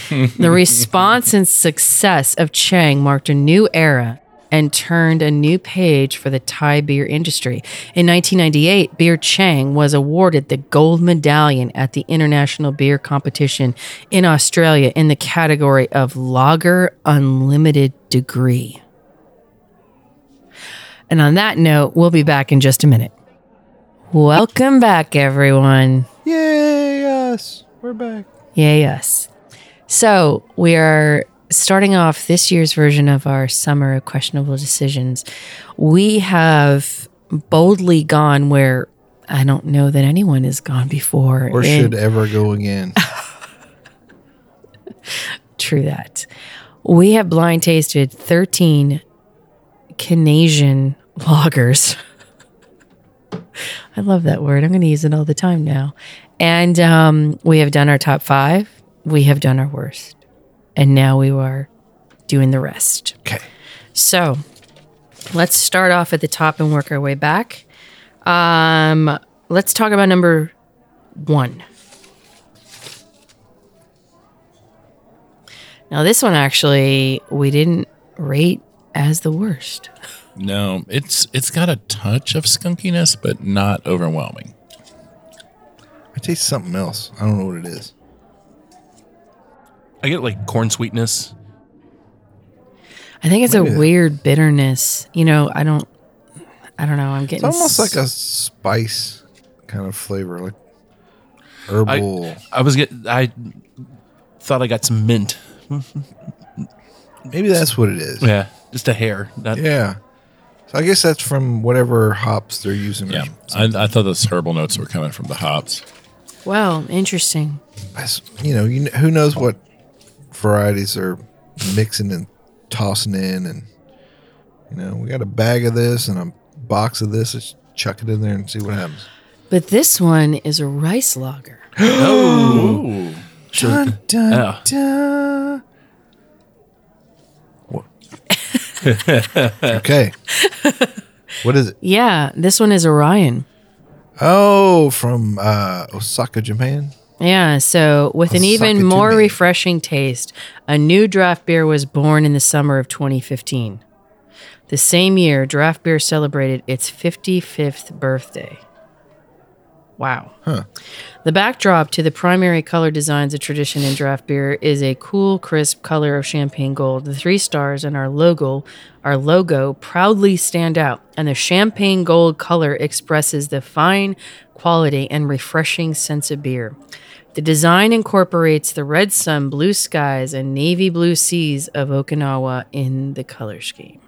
Speaker 2: The response and success of Chang marked a new era and turned a new page for the Thai beer industry. In 1998, Beer Chang was awarded the gold medallion at the International Beer Competition in Australia in the category of Lager Unlimited Degree. And on that note, we'll be back in just a minute. Welcome back, everyone.
Speaker 4: Yay, us! We're back.
Speaker 2: Yeah, yes. So we are starting off this year's version of our summer of questionable decisions. We have boldly gone where I don't know that anyone has gone before.
Speaker 4: Or
Speaker 2: in-
Speaker 4: should ever go again.
Speaker 2: True that. We have blind tasted 13 Canadian loggers. I love that word. I'm going to use it all the time now. And um, we have done our top five. We have done our worst. And now we are doing the rest.
Speaker 4: Okay.
Speaker 2: So let's start off at the top and work our way back. Um, let's talk about number one. Now, this one actually we didn't rate as the worst.
Speaker 3: No, it's it's got a touch of skunkiness, but not overwhelming.
Speaker 4: I taste something else. I don't know what it is.
Speaker 5: I get like corn sweetness.
Speaker 2: I think it's
Speaker 4: Maybe.
Speaker 2: a weird bitterness. You know, I don't, I don't know. I'm
Speaker 4: It's
Speaker 2: getting s-
Speaker 4: almost like a spice kind of flavor, like herbal.
Speaker 5: I was get I thought I got some mint.
Speaker 4: Maybe that's what it is.
Speaker 5: Yeah, just a hair. Not,
Speaker 4: Yeah. So I guess that's from whatever hops they're using.
Speaker 3: Yeah, I, I thought those herbal notes were coming from the hops.
Speaker 2: Well, interesting.
Speaker 4: That's- you know, you kn- who knows what varieties are mixing and tossing in, and you know, we got a bag of this and a box of this. Let's chuck it in there and see what happens.
Speaker 2: But this one is a rice lager.
Speaker 5: Oh,
Speaker 4: Dun, dun,
Speaker 5: Oh.
Speaker 4: dun. What? okay. What is it?
Speaker 2: Yeah, this one is Orion.
Speaker 4: Oh, from uh, Osaka, Japan.
Speaker 2: Yeah, so with an
Speaker 4: I'll suck it
Speaker 2: even
Speaker 4: too,
Speaker 2: more
Speaker 4: man.
Speaker 2: refreshing taste, a new draft beer was born in the summer of 2015. The same year, draft beer celebrated its 55th birthday. Wow. The backdrop to the primary color designs of tradition in draft beer is a cool, crisp color of champagne gold. The three stars and our logo, our logo proudly stand out, and the champagne gold color expresses the fine quality and refreshing sense of beer. The design incorporates the red sun, blue skies, and navy blue seas of Okinawa in the color scheme.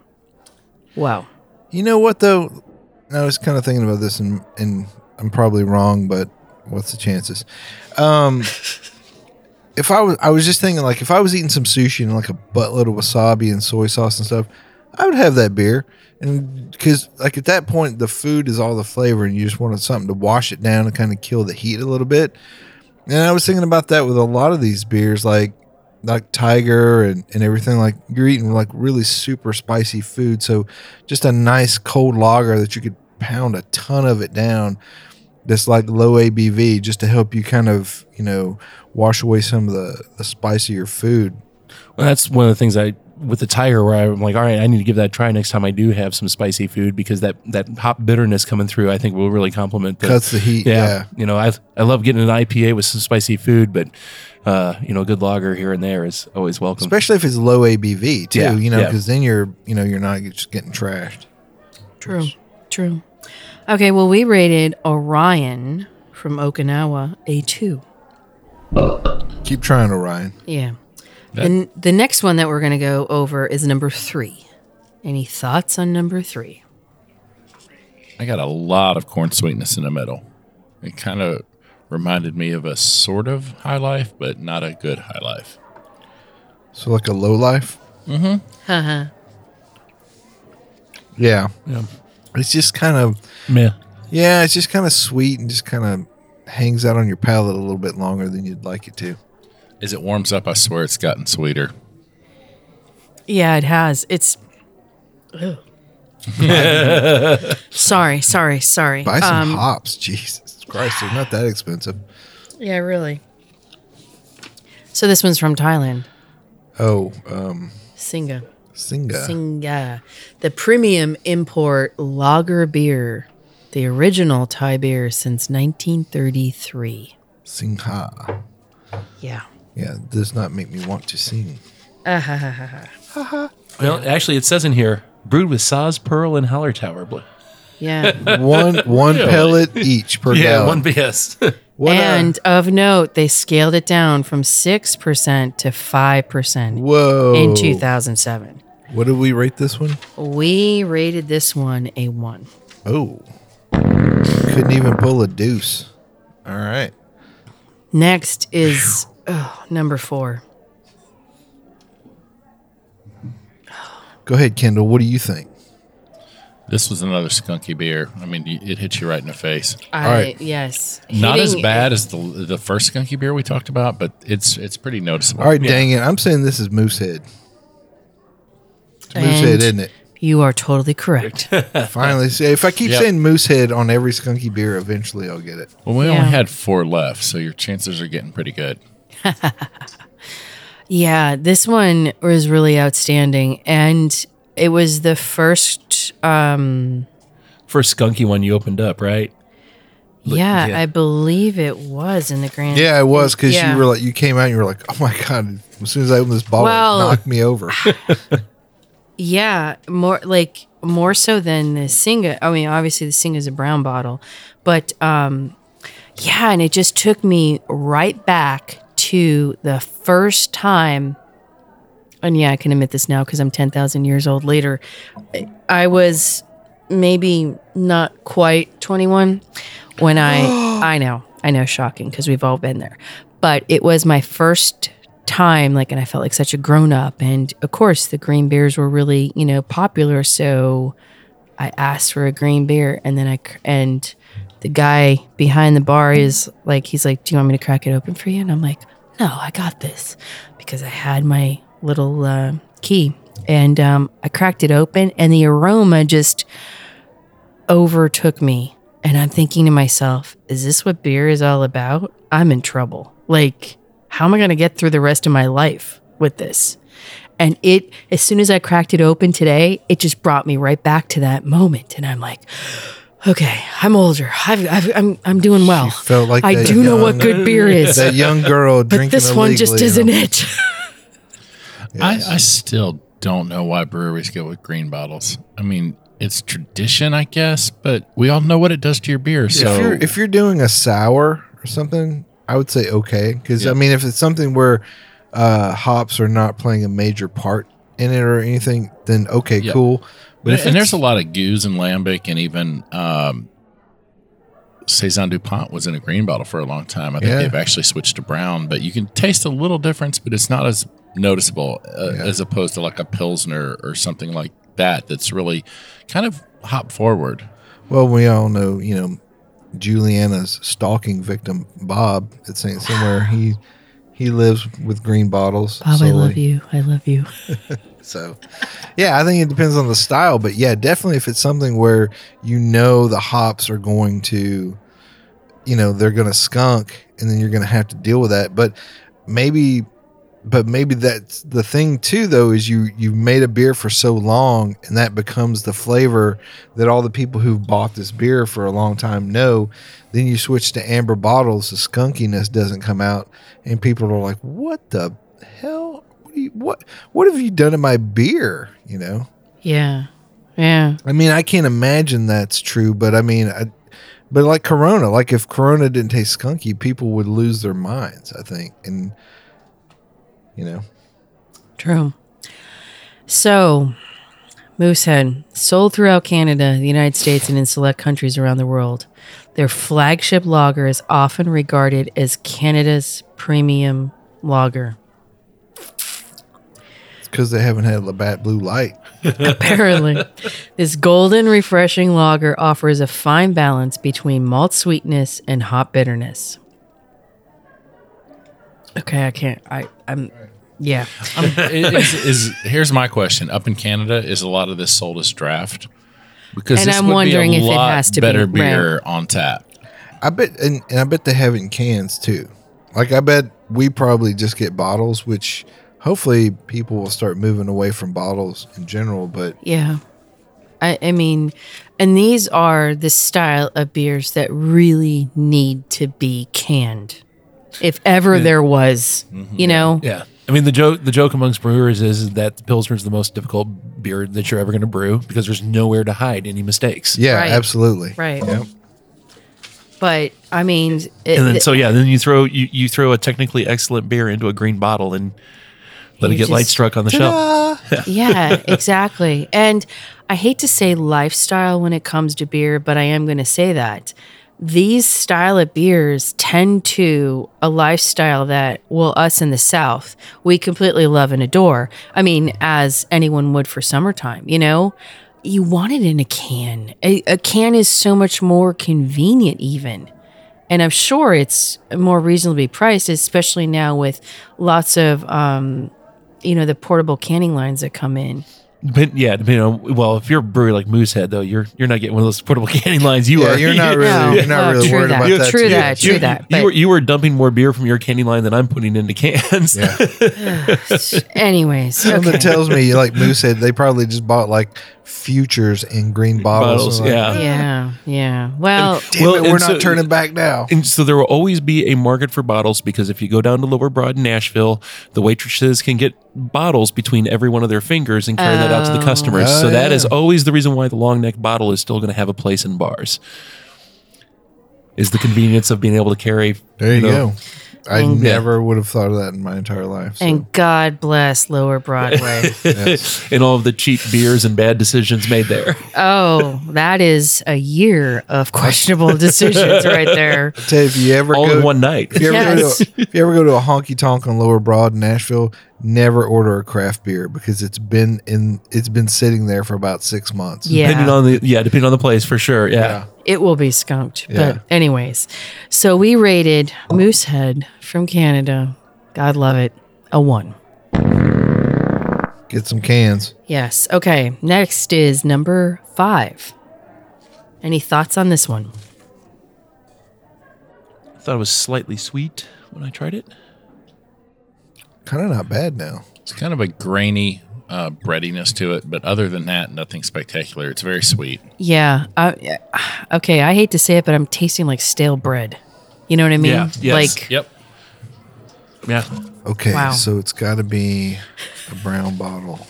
Speaker 2: Wow.
Speaker 4: You know what though? I was kind of thinking about this, and and I'm probably wrong, but what's the chances? Um, if I was, I was just thinking like if I was eating some sushi and like a buttload of wasabi and soy sauce and stuff, I would have that beer, and because like at that point the food is all the flavor, and you just wanted something to wash it down and kind of kill the heat a little bit. And I was thinking about that with a lot of these beers, like like Tiger and, and everything. Like you're eating like really super spicy food, so just a nice cold lager that you could pound a ton of it down. That's like low ABV, just to help you kind of you know wash away some of the the spicier food.
Speaker 5: well, that's one of the things I with the tiger where I'm like, all right, I need to give that a try next time I do have some spicy food because that that hop bitterness coming through, I think will really complement. The,
Speaker 4: Cuts the heat, yeah.
Speaker 5: you know, I I love getting an IPA with some spicy food, but uh, you know, a good lager here and there is always welcome.
Speaker 4: especially if it's low ABV too.
Speaker 5: Yeah,
Speaker 4: you know,
Speaker 5: yeah.
Speaker 4: because then you're you know you're not just getting trashed.
Speaker 2: True. True. Okay, well, we rated Orion from Okinawa a two.
Speaker 4: Keep trying, Orion.
Speaker 2: Yeah. And the next one that we're going to go over is number three. Any thoughts on number three?
Speaker 3: I got a lot of corn sweetness in the middle. It kind of reminded me of a sort of high life, but not a good high life.
Speaker 4: So like a low life.
Speaker 5: Mm-hmm.
Speaker 2: Haha.
Speaker 4: Yeah. Yeah. It's just kind of
Speaker 5: Yeah.
Speaker 4: yeah, it's just kind of sweet and just kind of hangs out on your palate a little bit longer than you'd like it to.
Speaker 3: As it warms up, I swear it's gotten sweeter.
Speaker 2: yeah, it has. It's. sorry, sorry, sorry.
Speaker 4: Buy some
Speaker 2: Um,
Speaker 4: hops, Jesus Christ, they're not that expensive.
Speaker 2: yeah, really. So this one's from Thailand.
Speaker 4: Oh, um,
Speaker 2: Singa.
Speaker 4: Singa.
Speaker 2: Singa, the premium import lager beer, the original Thai beer since 1933.
Speaker 4: Singha.
Speaker 2: Yeah.
Speaker 4: Yeah, it does not make me want to sing.
Speaker 5: Well, actually, it says in here, brewed with Saz Pearl and Holler Tower Blue.
Speaker 2: Yeah.
Speaker 4: One one pellet each per gallon.
Speaker 5: BS.
Speaker 4: What uh, a-
Speaker 2: and of note, they scaled it down from 6% to 5%
Speaker 4: whoa.
Speaker 2: in 2007.
Speaker 4: What did we rate this one?
Speaker 2: We rated this one a 1.
Speaker 4: Oh, couldn't even pull a deuce. All right.
Speaker 2: Next is oh, number 4.
Speaker 4: Go ahead, Kendall. What do you think?
Speaker 3: This was another skunky beer. I mean, y- it hits you right in the face.
Speaker 2: I,
Speaker 4: right.
Speaker 2: Yes.
Speaker 3: Not as
Speaker 2: Hitting-
Speaker 3: bad as the the first skunky beer we talked about, but it's it's pretty noticeable.
Speaker 4: All right, dang it. I'm saying this is Moosehead. It's Moosehead,
Speaker 2: And-
Speaker 4: isn't it?
Speaker 2: You are totally correct.
Speaker 4: Finally, see, if I keep
Speaker 3: Yep.
Speaker 4: saying Moosehead on every skunky beer, eventually I'll get it.
Speaker 3: Well, we
Speaker 2: Yeah.
Speaker 3: only had four left, so your chances are getting pretty good.
Speaker 2: Yeah, this one was really outstanding, and it was the first. Um,
Speaker 5: First skunky one you opened up, right?
Speaker 2: yeah,
Speaker 5: yeah.
Speaker 2: I believe it was in the grand.
Speaker 4: Yeah, it was because
Speaker 2: Yeah.
Speaker 4: you were like, you came out and you were like, oh my God, as soon as I open this bottle,
Speaker 2: Well-
Speaker 4: it knocked me over.
Speaker 2: yeah, more like more so than the Singa. I mean, obviously the Singa is a brown bottle, but um, yeah, and it just took me right back to the first time. And yeah, I can admit this now because I'm ten thousand years old later. I- I was maybe not quite 21 when I I know I know shocking because we've all been there but it was my first time like and I felt like such a grown up and of course the green beers were really you know popular so I asked for a green beer and then I cr- and the guy behind the bar is like he's like do you want me to crack it open for you and I'm like no I got this because I had my little uh, key and um, I cracked it open and the aroma just overtook me. And I'm thinking to myself, is this what beer is all about? I'm in trouble. Like, how am I going to get through the rest of my life with this? And it, as soon as I cracked it open today, it just brought me right back to that moment. And I'm like, okay, I'm older. I've, I've, I'm, I'm doing well.
Speaker 4: felt like
Speaker 2: I
Speaker 4: that
Speaker 2: do know what
Speaker 4: young-
Speaker 2: good beer is,
Speaker 4: that young girl drinking
Speaker 2: but this one just
Speaker 4: illegally,
Speaker 2: isn't
Speaker 4: you know.
Speaker 2: it.
Speaker 3: I, I still don't know why breweries go with green bottles. I mean, it's tradition, I guess, but we all know what it does to your beer. So
Speaker 4: if you're if you're doing a sour or something, I would say okay because I mean if it's something where uh, hops are not playing a major part in it or anything, then okay,
Speaker 3: Yeah.
Speaker 4: cool. But
Speaker 3: and, and
Speaker 4: if it's-
Speaker 3: there's a lot of goose and lambic, and even um, saison Dupont was in a green bottle for a long time. I think
Speaker 4: Yeah.
Speaker 3: they've actually switched to brown, but you can taste a little difference, but it's not as noticeable uh,
Speaker 4: Yeah.
Speaker 3: as opposed to like a pilsner or something like that. That's really kind of hop forward.
Speaker 4: well, we all know you know Juliana's stalking victim Bob at Saint somewhere he he lives with green bottles.
Speaker 2: Bob, I
Speaker 4: solely.
Speaker 2: love you. I love you.
Speaker 4: So, yeah, I think it depends on the style, but yeah, definitely if it's something where you know the hops are going to, you know, they're going to skunk, and then you're going to have to deal with that. But maybe but maybe that's the thing too though is you you've made a beer for so long and that becomes the flavor that all the people who've bought this beer for a long time know then you switch to amber bottles the skunkiness doesn't come out and people are like what the hell what, do you, what what have you done to my beer you know
Speaker 2: Yeah. Yeah.
Speaker 4: I mean, I can't imagine that's true, but I mean, I, but like Corona, like if Corona didn't taste skunky, people would lose their minds, I think. And, you know,
Speaker 2: True. So, Moosehead sold throughout Canada, the United States, and in select countries around the world. Their flagship lager is often regarded as Canada's premium lager.
Speaker 4: it's because they haven't had Labatt Blue Light.
Speaker 2: Apparently, this golden, refreshing lager offers a fine balance between malt sweetness and hop bitterness. Okay, I can't. I, I'm. Yeah.
Speaker 3: Um, is, is, here's my question: Up in Canada, is a lot of this sold as draft? Because
Speaker 2: And
Speaker 3: this
Speaker 2: I'm
Speaker 3: would be a
Speaker 2: wondering if it
Speaker 3: lot
Speaker 2: has to be,
Speaker 3: better
Speaker 2: right.
Speaker 3: beer on tap.
Speaker 4: I bet, and, and I bet they have it in cans too. Like, I bet we probably just get bottles, which hopefully people will start moving away from bottles in general. But
Speaker 2: Yeah. I, I mean, and these are the style of beers that really need to be canned. If ever there was, you know?
Speaker 5: Mm-hmm. Yeah. I mean the joke the joke amongst brewers is that the Pilsner is the most difficult beer that you're ever going to brew because there's nowhere to hide any mistakes.
Speaker 4: yeah,
Speaker 2: Right.
Speaker 4: absolutely.
Speaker 2: Right.
Speaker 4: Yep.
Speaker 2: But I mean, it,
Speaker 5: And then
Speaker 2: th-
Speaker 5: so yeah, then you throw you, you throw a technically excellent beer into a green bottle and let
Speaker 2: You
Speaker 5: it get light
Speaker 2: just-
Speaker 5: struck on the shelf.
Speaker 2: yeah, exactly. And I hate to say lifestyle when it comes to beer, but I am going to say that these style of beers tend to a lifestyle that well us in the south we completely love and adore i mean as anyone would for summertime you know you want it in a can a, a can is so much more convenient even and I'm sure it's more reasonably priced, especially now with lots of, um, you know, the portable canning lines that come in.
Speaker 5: But yeah, depending on well, if you're a brewery like Moosehead though, you're you're not getting one of those portable canning lines. You
Speaker 4: Yeah,
Speaker 5: are
Speaker 4: you're not really,
Speaker 2: No.
Speaker 4: you're not
Speaker 2: No,
Speaker 4: really
Speaker 2: true
Speaker 4: worried
Speaker 2: that.
Speaker 4: about
Speaker 2: You're-
Speaker 4: that.
Speaker 2: true
Speaker 4: too
Speaker 2: that,
Speaker 4: much.
Speaker 2: true that. but-
Speaker 5: you were you were dumping more beer from your candy line than I'm putting into cans.
Speaker 2: Anyways,
Speaker 4: Something
Speaker 2: okay.
Speaker 4: tells me, like Moose said, they probably just bought like futures in green bottles.
Speaker 5: Bottles,
Speaker 4: Like,
Speaker 5: yeah.
Speaker 2: yeah, yeah. Well,
Speaker 4: Damn
Speaker 5: Well,
Speaker 4: it, we're
Speaker 5: and
Speaker 4: not
Speaker 5: so-
Speaker 4: turning back now.
Speaker 5: And so there will always be a market for bottles because if you go down to Lower Broad in Nashville, the waitresses can get bottles between every one of their fingers and carry that out to the customers.
Speaker 4: Oh,
Speaker 5: so that
Speaker 4: yeah.
Speaker 5: is always the reason why the long neck bottle is still going to have a place in bars. Is the convenience of being able to carry.
Speaker 4: There you
Speaker 5: know,
Speaker 4: go. I
Speaker 2: And-
Speaker 4: never would have thought of that in my entire life. so.
Speaker 2: and God bless Lower Broadway.
Speaker 5: and all of the cheap beers and bad decisions made there.
Speaker 2: oh, that is a year of questionable decisions right there.
Speaker 4: Tell you, if you ever
Speaker 5: all
Speaker 4: go,
Speaker 5: in one night.
Speaker 4: if, you ever
Speaker 2: Yes.
Speaker 4: go to, if you ever go to a honky tonk on Lower Broad in Nashville, never order a craft beer because it's been in it's been sitting there for about six months.
Speaker 2: Yeah.
Speaker 5: Depending on the yeah, depending on the place for sure. Yeah.
Speaker 2: it will be skunked.
Speaker 4: Yeah.
Speaker 2: But anyways, so we rated Moosehead from Canada. God love it. A one.
Speaker 4: Get some cans.
Speaker 2: Yes. Okay. Next is number five. Any thoughts on this one?
Speaker 5: I thought it was slightly sweet when I tried it.
Speaker 4: Kind of not bad now.
Speaker 3: It's kind of a grainy uh, breadiness to it, but other than that, nothing spectacular. It's very sweet.
Speaker 2: Yeah. I, okay. I hate to say it, but I'm tasting like stale bread. You know what I mean?
Speaker 5: Yeah, yes.
Speaker 2: Like,
Speaker 3: Yep.
Speaker 5: Yeah.
Speaker 4: Okay,
Speaker 2: Wow.
Speaker 4: so it's got to be a brown bottle.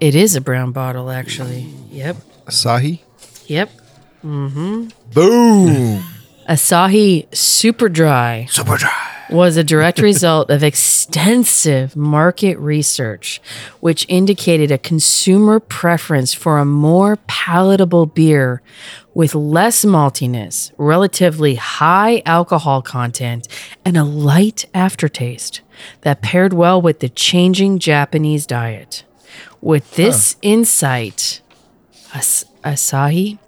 Speaker 2: it is a brown bottle, actually. Yep.
Speaker 4: Asahi.
Speaker 2: Yep.
Speaker 4: Boom.
Speaker 2: Asahi Super Dry.
Speaker 4: Super dry.
Speaker 2: was a direct result of extensive market research, which indicated a consumer preference for a more palatable beer with less maltiness, relatively high alcohol content, and a light aftertaste that paired well with the changing Japanese diet. With this insight, As- Asahi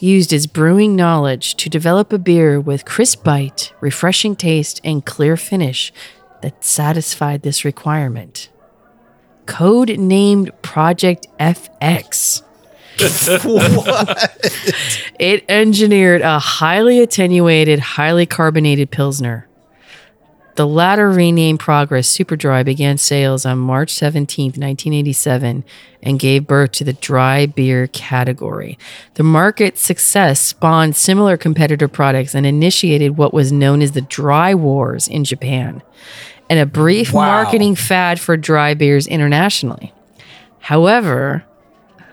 Speaker 2: used his brewing knowledge to develop a beer with crisp bite, refreshing taste, and clear finish that satisfied this requirement. Code named Project FX. It engineered a highly attenuated, highly carbonated Pilsner. The latter renamed Progress Super Dry began sales on March 17, 1987, and gave birth to the dry beer category. The market success spawned similar competitor products and initiated what was known as the Dry Wars in Japan and a brief marketing fad for dry beers internationally. However,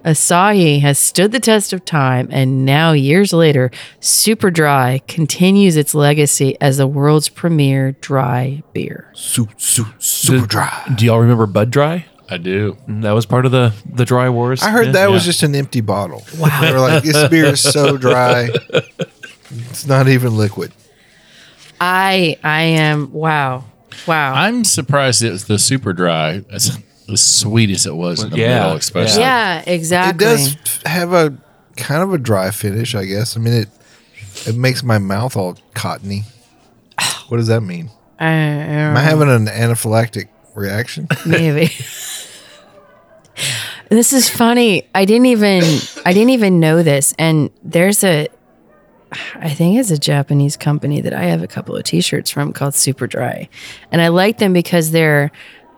Speaker 2: Asahi has stood the test of time, and now, years later, Super Dry continues its legacy as the world's premier dry beer.
Speaker 4: Su- su- super dry.
Speaker 5: Do y'all remember Bud Dry?
Speaker 3: I do.
Speaker 5: That was part of the the dry wars.
Speaker 4: I heard
Speaker 5: Yeah.
Speaker 4: that was just an empty bottle. Wow. They were like, this beer is so dry. It's not even liquid.
Speaker 2: I I am wow, wow.
Speaker 4: uh,
Speaker 3: I'm surprised it was the super dry. That's as sweet as it was in the
Speaker 5: Yeah,
Speaker 3: middle, especially.
Speaker 2: yeah,
Speaker 4: It
Speaker 2: exactly.
Speaker 4: does f- have a kind of a dry finish, I guess. I mean, it it makes my mouth all cottony. What does that mean?
Speaker 2: I- I-
Speaker 4: Am I having an anaphylactic reaction?
Speaker 2: maybe this is funny i didn't even i didn't even know this and there's a i think it's a japanese company that i have a couple of t-shirts from called super dry and i like them because they're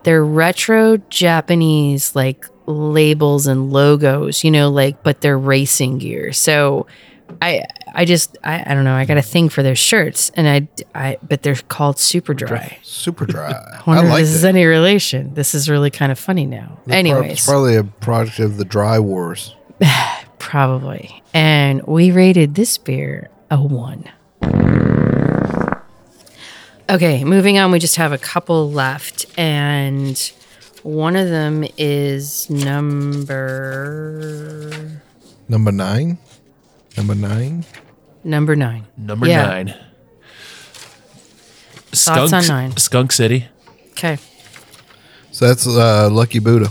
Speaker 2: they're retro japanese like labels and logos you know like but they're racing gear so i i just i, I don't know i got a thing for their shirts and i i but they're called super dry
Speaker 4: Super dry. I
Speaker 2: wonder if
Speaker 4: like
Speaker 2: this is
Speaker 4: that.
Speaker 2: any relation. This is really kind of funny now. Anyways,
Speaker 4: It's probably a product of the dry wars.
Speaker 2: probably. And we rated this beer a one. Okay, moving on. We just have a couple left, and one of them is number
Speaker 4: Number nine. Number nine.
Speaker 2: number nine.
Speaker 5: number
Speaker 2: Yeah.
Speaker 5: nine.
Speaker 2: Thoughts on nine?
Speaker 5: Skunk City.
Speaker 2: Okay.
Speaker 4: So that's uh, Lucky Buddha.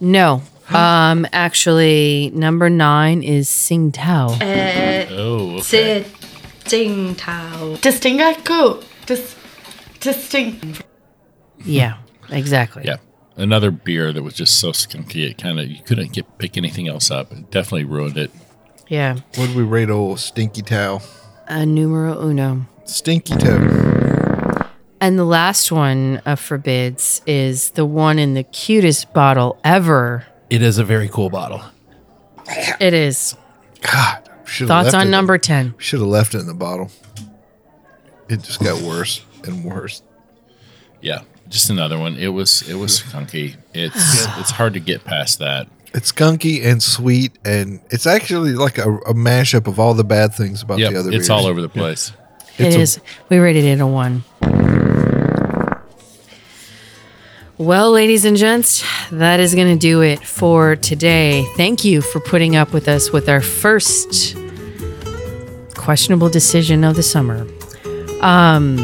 Speaker 2: No. Um. Actually, number nine is Sing Tao.
Speaker 4: Eh.
Speaker 3: Oh, okay.
Speaker 7: Sit, ding, tao.
Speaker 8: Distingaku. Dis, disting.
Speaker 2: Yeah. Exactly.
Speaker 3: Yeah. Another beer that was just so skunky, it kind of you couldn't get pick anything else up. It definitely ruined it.
Speaker 2: Yeah.
Speaker 4: What did we rate old Stinky Towel?
Speaker 2: A numero uno.
Speaker 4: Stinky Toe.
Speaker 2: And the last one of Forbids is the one in the cutest bottle ever.
Speaker 5: It is a very cool bottle.
Speaker 2: It is.
Speaker 4: God. should've
Speaker 2: Thoughts
Speaker 4: left it
Speaker 2: on
Speaker 4: in-
Speaker 2: number 10?
Speaker 4: Should have left it in the bottle. It just got worse and worse.
Speaker 3: Yeah. Just another one. It was it was skunky. It's it's hard to get past that.
Speaker 4: It's skunky and sweet, and it's actually like a, a mashup of all the bad things about
Speaker 3: Yep.
Speaker 4: the other.
Speaker 3: It's
Speaker 4: beers.
Speaker 3: all over the place.
Speaker 2: It's
Speaker 4: It's a-
Speaker 2: we rated it a one. Well, ladies and gents, that is going to do it for today. Thank you for putting up with us with our first questionable decision of the summer. Um,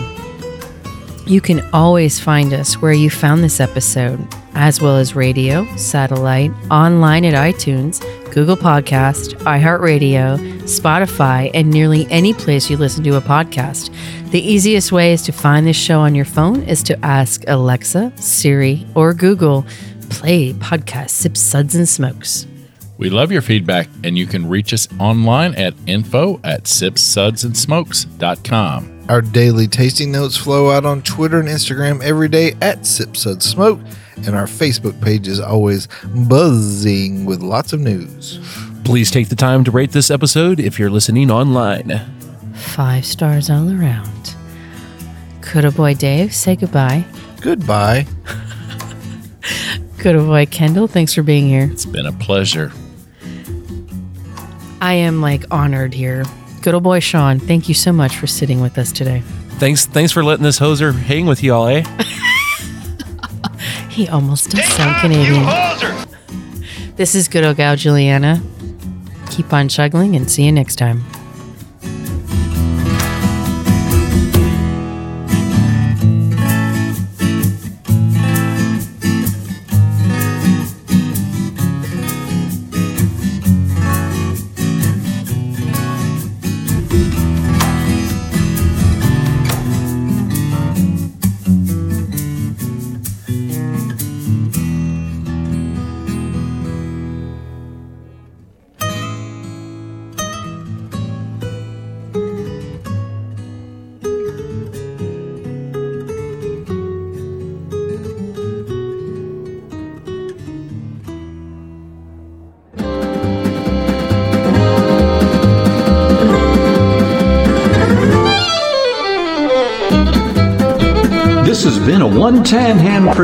Speaker 2: you can always find us where you found this episode, as well as radio, satellite, online at iTunes, Google Podcast, iHeartRadio, Spotify, and nearly any place you listen to a podcast. The easiest way is to find this show on your phone is to ask Alexa, Siri, or Google, play podcast Sip Suds and Smokes.
Speaker 3: We love your feedback, and you can reach us online at info at sipsudsandsmokes.com.
Speaker 4: Our daily tasting notes flow out on Twitter and Instagram every day at Sip Sud Smoke, and our Facebook page is always buzzing with lots of news.
Speaker 5: Please take the time to rate this episode if you're listening online.
Speaker 2: Five stars all around. Could a boy Dave say goodbye?
Speaker 4: Goodbye.
Speaker 2: Could a boy Kendall, thanks for being here.
Speaker 3: It's been a pleasure.
Speaker 2: I am like honored here. Good old boy Sean, thank you so much for sitting with us today.
Speaker 5: Thanks, thanks for letting this hoser hang with y'all, eh?
Speaker 2: He almost does sound
Speaker 6: Stop, you
Speaker 2: Canadian.
Speaker 6: hoser!
Speaker 2: This is good old gal Juliana. Keep on chuggling and see you next time.
Speaker 1: one tan hand